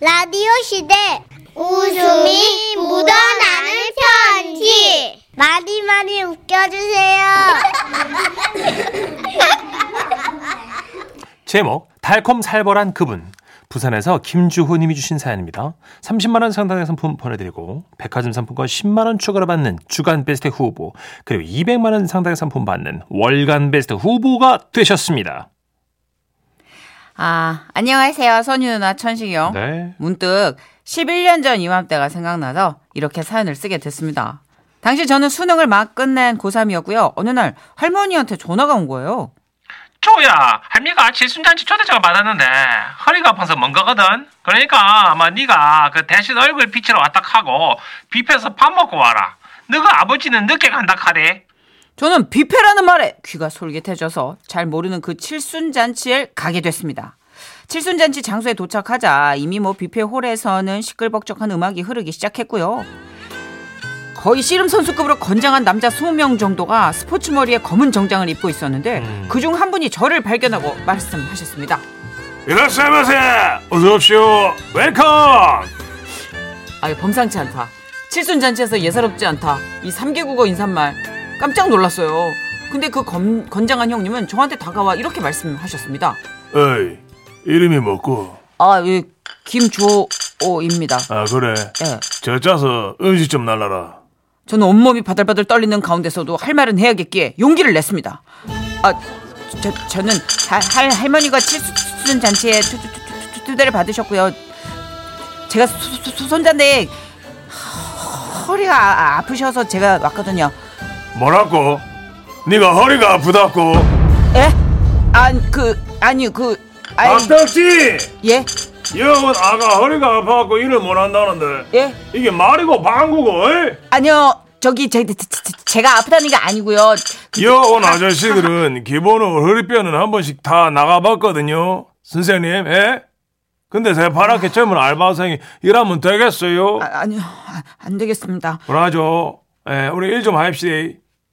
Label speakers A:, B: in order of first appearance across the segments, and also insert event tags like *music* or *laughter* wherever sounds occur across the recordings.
A: 라디오 시대 웃음이 묻어나는 편지 많이 많이 웃겨주세요.
B: 제목 달콤살벌한 그분 부산에서 김주호님이 주신 사연입니다. 30만 원 상당의 상품 보내드리고 백화점 상품권 10만 원 추가로 받는 주간 베스트 후보 그리고 200만 원 상당의 상품 받는 월간 베스트 후보가 되셨습니다.
C: 아, 안녕하세요. 선유 누나 천식이 형.
B: 네.
C: 문득 11년 전 이맘때가 생각나서 이렇게 사연을 쓰게 됐습니다. 당시 저는 수능을 막 끝낸 고3이었고요. 어느 날 할머니한테 전화가 온 거예요.
D: 조야 할미가 칠순잔치 초대장을 받았는데 허리가 아파서 못 가거든 그러니까 아마 네가 그 대신 얼굴 비치러 왔다 하고 뷔페에서 밥 먹고 와라 너가 아버지는 늦게 간다 카래
C: 저는 뷔페라는 말에 귀가 솔깃해져서 잘 모르는 그 칠순잔치에 가게 됐습니다. 칠순잔치 장소에 도착하자 이미 뭐 뷔페 홀에서는 시끌벅적한 음악이 흐르기 시작했고요. 거의 씨름 선수급으로 건장한 남자 20명 정도가 스포츠 머리에 검은 정장을 입고 있었는데 그 중 한 분이 저를 발견하고 말씀하셨습니다.
B: 이라사마세 어서 오십시오. 웰컴.
C: 아 범상치 않다. 칠순잔치에서 예사롭지 않다. 이 3개국어 인사말 깜짝 놀랐어요. 근데 그 검- 건장한 형님은 저한테 다가와 이렇게 말씀하셨습니다.
B: 에이 이름이 뭐고?
C: 아, 예, 김조오입니다.
B: 아 그래.
C: 예.
B: 저 짜서 음식 좀 날라라.
C: 저는 온몸이 바들바들 떨리는 가운데서도 할 말은 해야겠기에 용기를 냈습니다. 아, 저, 저는 할, 할, 할머니가 칠순 잔치에 투- 투- 투- 투- 투- 투대를 받으셨고요. 제가 수- 수- 수- 손자인데 허리가 아- 아프셔서 제가 왔거든요.
B: 뭐라고? 네가 허리가 아프다고?
C: 예? 아니 그 아니 그 아니
B: 네. 박덕지
C: 예?
B: 여은 아가 허리가 아파갖고 일을 못한다는데
C: 예?
B: 이게 말이고 방구고 에?
C: 아니요. 저기 제, 제- 제- 제가 아프다는 게 아니고요. 그-
B: 여온
C: *laughs*
B: 아저씨들은 기본으로 허리뼈는 한 번씩 다 나가봤거든요 선생님 에? 근데 새파랗게 젊은 알바생이 일하면 되겠어요?
C: 아, 아니요. 아, 안 되겠습니다.
B: 그러죠 에, 우리 일 좀 합시다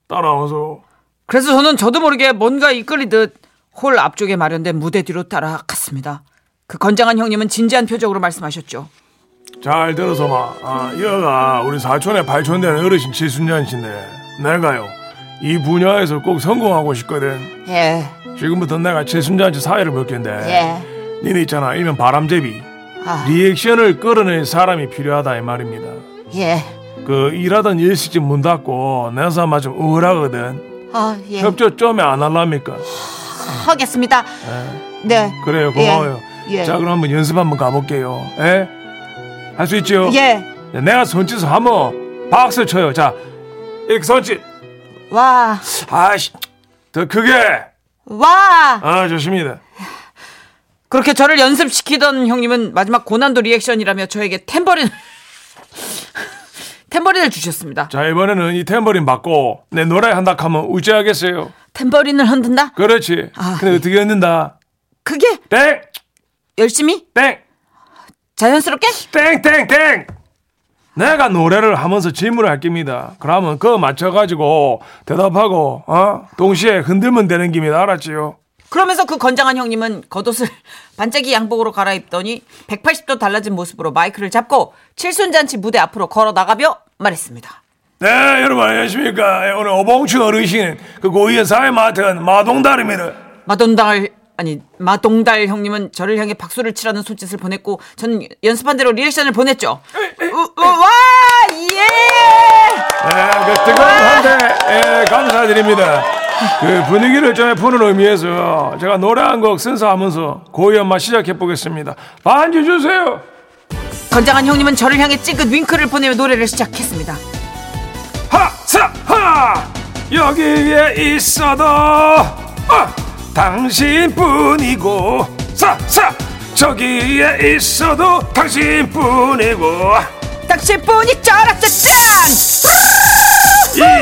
B: 따라와서
C: 그래서 저는 저도 모르게 뭔가 이끌리듯 홀 앞쪽에 마련된 무대 뒤로 따라갔습니다. 그 건장한 형님은 진지한 표정으로 말씀하셨죠.
B: 잘 들어서 마. 아, 여가 우리 사촌의 발촌 되는 어르신 칠순년이신데 내가요 이 분야에서 꼭 성공하고 싶거든
C: 예,
B: 지금부터 내가 칠순잔치 사회를 볼 텐데
C: 예.
B: 니네 있잖아 일명 바람제비
C: 아,
B: 리액션을 끌어낼 사람이 필요하다 이 말입니다
C: 예.
B: 그 일하던 일식집 문 닫고 내 사마 좀 우울하거든
C: 아, 예.
B: 협조 좀에 안 할랍니까
C: 하겠습니다. 네.
B: 그래요 고마워요
C: 예.
B: 자 그럼 한번 연습 한번 가볼게요 예? 할 수 있죠?
C: 예.
B: 네, 내가 손짓을 하면 박수 쳐요 자 이렇게 손짓
C: 와.
B: 아씨 더 크게
C: 와.
B: 아 좋습니다
C: 그렇게 저를 연습시키던 형님은 마지막 고난도 리액션이라며 저에게 탬버린 *laughs* 탬버린을 주셨습니다.
B: 자 이번에는 이 탬버린 받고 내 노래 한다 하면 우째하겠어요
C: 탬버린을 흔든다?
B: 그렇지.
C: 아,
B: 근데
C: 예.
B: 어떻게 했는다?
C: 그게
B: 땡!
C: 열심히
B: 땡!
C: 자연스럽게?
B: 땡! 땡! 땡! 내가 노래를 하면서 질문을 할 겁니다. 그러면 그거 맞춰가지고 대답하고, 어? 동시에 흔들면 되는 김이다. 알았지요?
C: 그러면서 그 건장한 형님은 겉옷을 반짝이 양복으로 갈아입더니 180도 달라진 모습으로 마이크를 잡고 칠순잔치 무대 앞으로 걸어 나가며 말했습니다.
B: 네, 여러분 안녕하십니까. 예, 오늘 오봉춘 어르신 그 고위의 사회 맡은 마동다입니다
C: 마돈달 아니 마동달 형님은 저를 향해 박수를 치라는 손짓을 보냈고 저는 연습한 대로 리액션을 보냈죠. 우- 우- 와 예!
B: 예, 그 뜨거운 한대 예, 감사드립니다. 그 분위기를 좀 푸는 의미에서 제가 노래 한 곡 선사하면서 고위 엄마 시작해 보겠습니다. 반주 주세요.
C: 건장한 형님은 저를 향해 찡긋 윙크를 보내며 노래를 시작했습니다.
B: 하사하 여기에 있어도 어, 당신뿐이고 사사 저기에 있어도 당신뿐이고
C: 딱실 뿐이 짜라짜짠!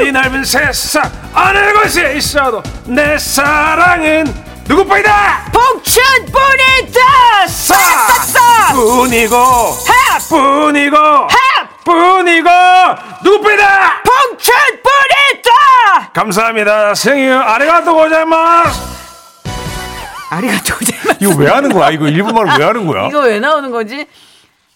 B: 이 넓은 세상 어느 곳에 있어도 내 사랑은 누구뿐이다
C: 봉춘 뿐이다! 싹싹싹!
B: 뿐이고
C: 하!
B: 뿐이고
C: 하!
B: 뿐이고 누구뿐이다
C: 봉춘 뿐이다!
B: 감사합니다 생일 아리가또 고자이마스
C: 아리가 조제만
B: 이거 왜 하는 거야? 이거 일본말을 왜 하는 거야?
C: 이거 왜 나오는 거지?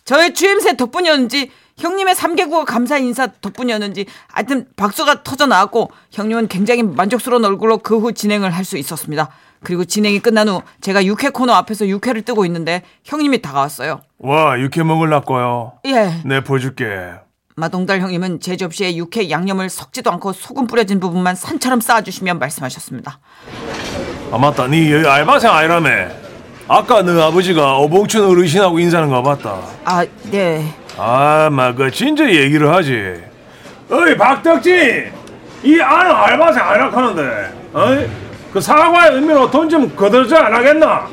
E: 저의 주임새 덕분이었는지 형님의 삼개국어 감사 인사 덕분이었는지 하여튼 박수가 터져 나왔고 형님은 굉장히 만족스러운 얼굴로 그 후 진행을 할 수 있었습니다. 그리고 진행이 끝난 후 제가 육회 코너 앞에서 육회를 뜨고 있는데 형님이 다가왔어요.
B: 와, 육회 먹을라 거요.
E: 예.
B: 내 보여줄게.
E: 마동달 형님은 제 접시에 육회 양념을 섞지도 않고 소금 뿌려진 부분만 산처럼 쌓아주시면 말씀하셨습니다.
B: 아 맞다, 네 여기 알바생 아니라며. 아까 너 아버지가 어봉춘 어르신하고 인사하는 거 봤다.
E: 아, 네.
B: 아, 막그 진짜 얘기를 하지. 어이 박덕진, 이 아는 알바생 아니라카는데, 어이 그 사과의 의미로 돈 좀 거들지 안 하겠나?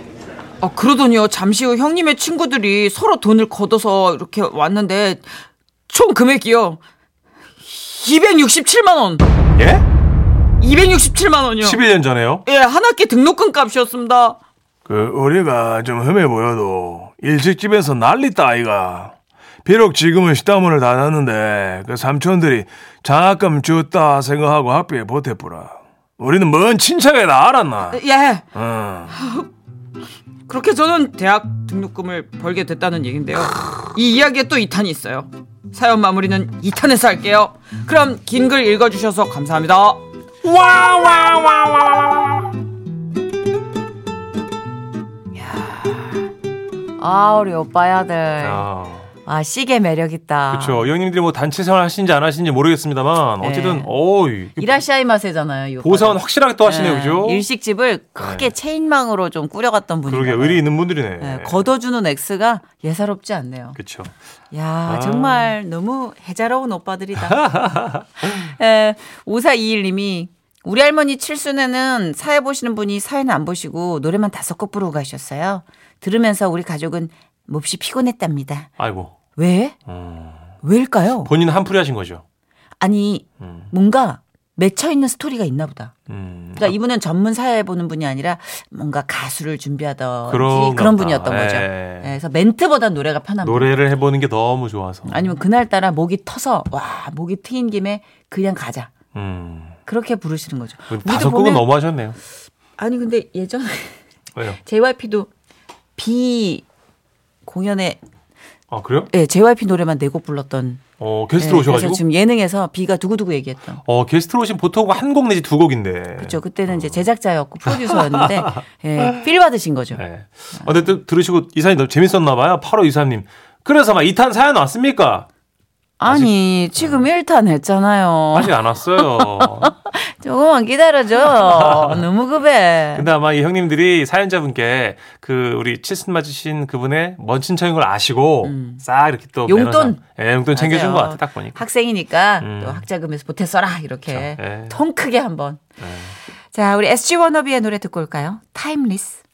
E: 아, 그러더니요. 잠시 후 형님의 친구들이 서로 돈을 걷어서 이렇게 왔는데 총 금액이요. 267만 원.
B: 예?
E: 267만 원이요.
B: 11년 전에요?
E: 예, 한 학기 등록금 값이었습니다.
B: 그 우리가 좀 흠해 보여도 일식집에서 난리 따이가. 비록 지금은 식당문을 닫았는데 그 삼촌들이 장학금 줬다 생각하고 학비에 보태뿌라. 우리는 뭔 친척이다 알았나?
C: 네.
B: 어.
E: 예.
B: 응.
E: 그렇게 저는 대학 등록금을 벌게 됐다는 얘긴데요. 이 이야기에 또 2탄이 있어요. 사연 마무리는 2탄에서 할게요. 그럼 긴 글 읽어 주셔서 감사합니다.
C: 아 우리 오빠야들
B: 아.
C: 아 시계 매력 있다
B: 그렇죠. 형님들이 뭐 단체 생활 하시는지 안 하시는지 모르겠습니다만 어쨌든
C: 네.
B: 어이
C: 이라시아이 맛에잖아요 이 오빠들.
B: 보상은 확실하게 또 하시네요,
C: 네,
B: 그죠?
C: 일식집을 크게 체인망으로 좀 꾸려갔던 분이
B: 그러게 의리 있는 분들이네.
C: 네, 걷어주는 X가 예사롭지 않네요.
B: 그렇죠.
C: 야 정말 너무 해자로운 오빠들이다. *laughs* 에, 5421님이 우리 할머니 칠순에는 사회 보시는 분이 사회는 안 보시고 노래만 다섯 곡 부르고 가셨어요. 들으면서 우리 가족은 몹시 피곤했답니다.
B: 아이고 음.
C: 왜? 왜일까요?
B: 본인 한풀이 하신 거죠.
C: 아니
B: 음.
C: 뭔가 맺혀 있는 스토리가 있나 보다.
B: 음.
C: 그러니까 이분은 전문 사회 보는 분이 아니라 뭔가 가수를 준비하던
B: 그런가
C: 그런,
B: 보다.
C: 분이었던 거죠.
B: 예.
C: 예, 그래서 멘트보단 노래가 편합니다.
B: 노래를 해보는 게 너무 좋아서.
C: 아니면 그날따라 목이 터서 와 목이 트인 김에 그냥 가자
B: 음.
C: 그렇게 부르시는 거죠. 우리도
B: 다섯 곡은
C: 보면-
B: 너무 하셨네요.
C: 아니 근데 예전에 *laughs*
B: 왜요?
C: JYP도 비 공연에
B: 아 그래요?
C: 예, JYP 노래만 네 곡 불렀던
B: 어
C: 예,
B: 게스트로
C: 그래서
B: 오셔가지고.
C: 지금 예능에서 비가 두고두고 얘기했던
B: 어 게스트로 오신 보통 한 곡 내지 두 곡인데.
C: 그렇죠. 그때는
B: 어.
C: 이제
B: *laughs*
C: 제작자였고 프로듀서였는데 예, 필 받으신 거죠.
B: 네. 어, 근데 또 들으시고 이사님 너무 재밌었나 봐요. 8호 이사님. 그래서 막 2탄 사연 왔습니까?
C: 아니 지금 1탄 했잖아요.
B: 네. 아직 안
C: *laughs*
B: 왔어요. *laughs*
C: 조금만 기다려줘. 너무 급해.
B: 근데 아마 이 형님들이 사연자분께 그 우리 칠순 맞으신 그분의 먼 친척인 걸 아시고 싹 이렇게 또
C: 음. 용돈?
B: 매너상- 예, 용돈 챙겨준
C: 맞아요.
B: 것 같아 딱 보니까
C: 학생이니까
B: 음.
C: 또 학자금에서 보태 써라 이렇게
B: 그쵸. 예.
C: 통 크게 한번. 자 우리 SG 워너비의 노래 듣고 올까요? 타임리스.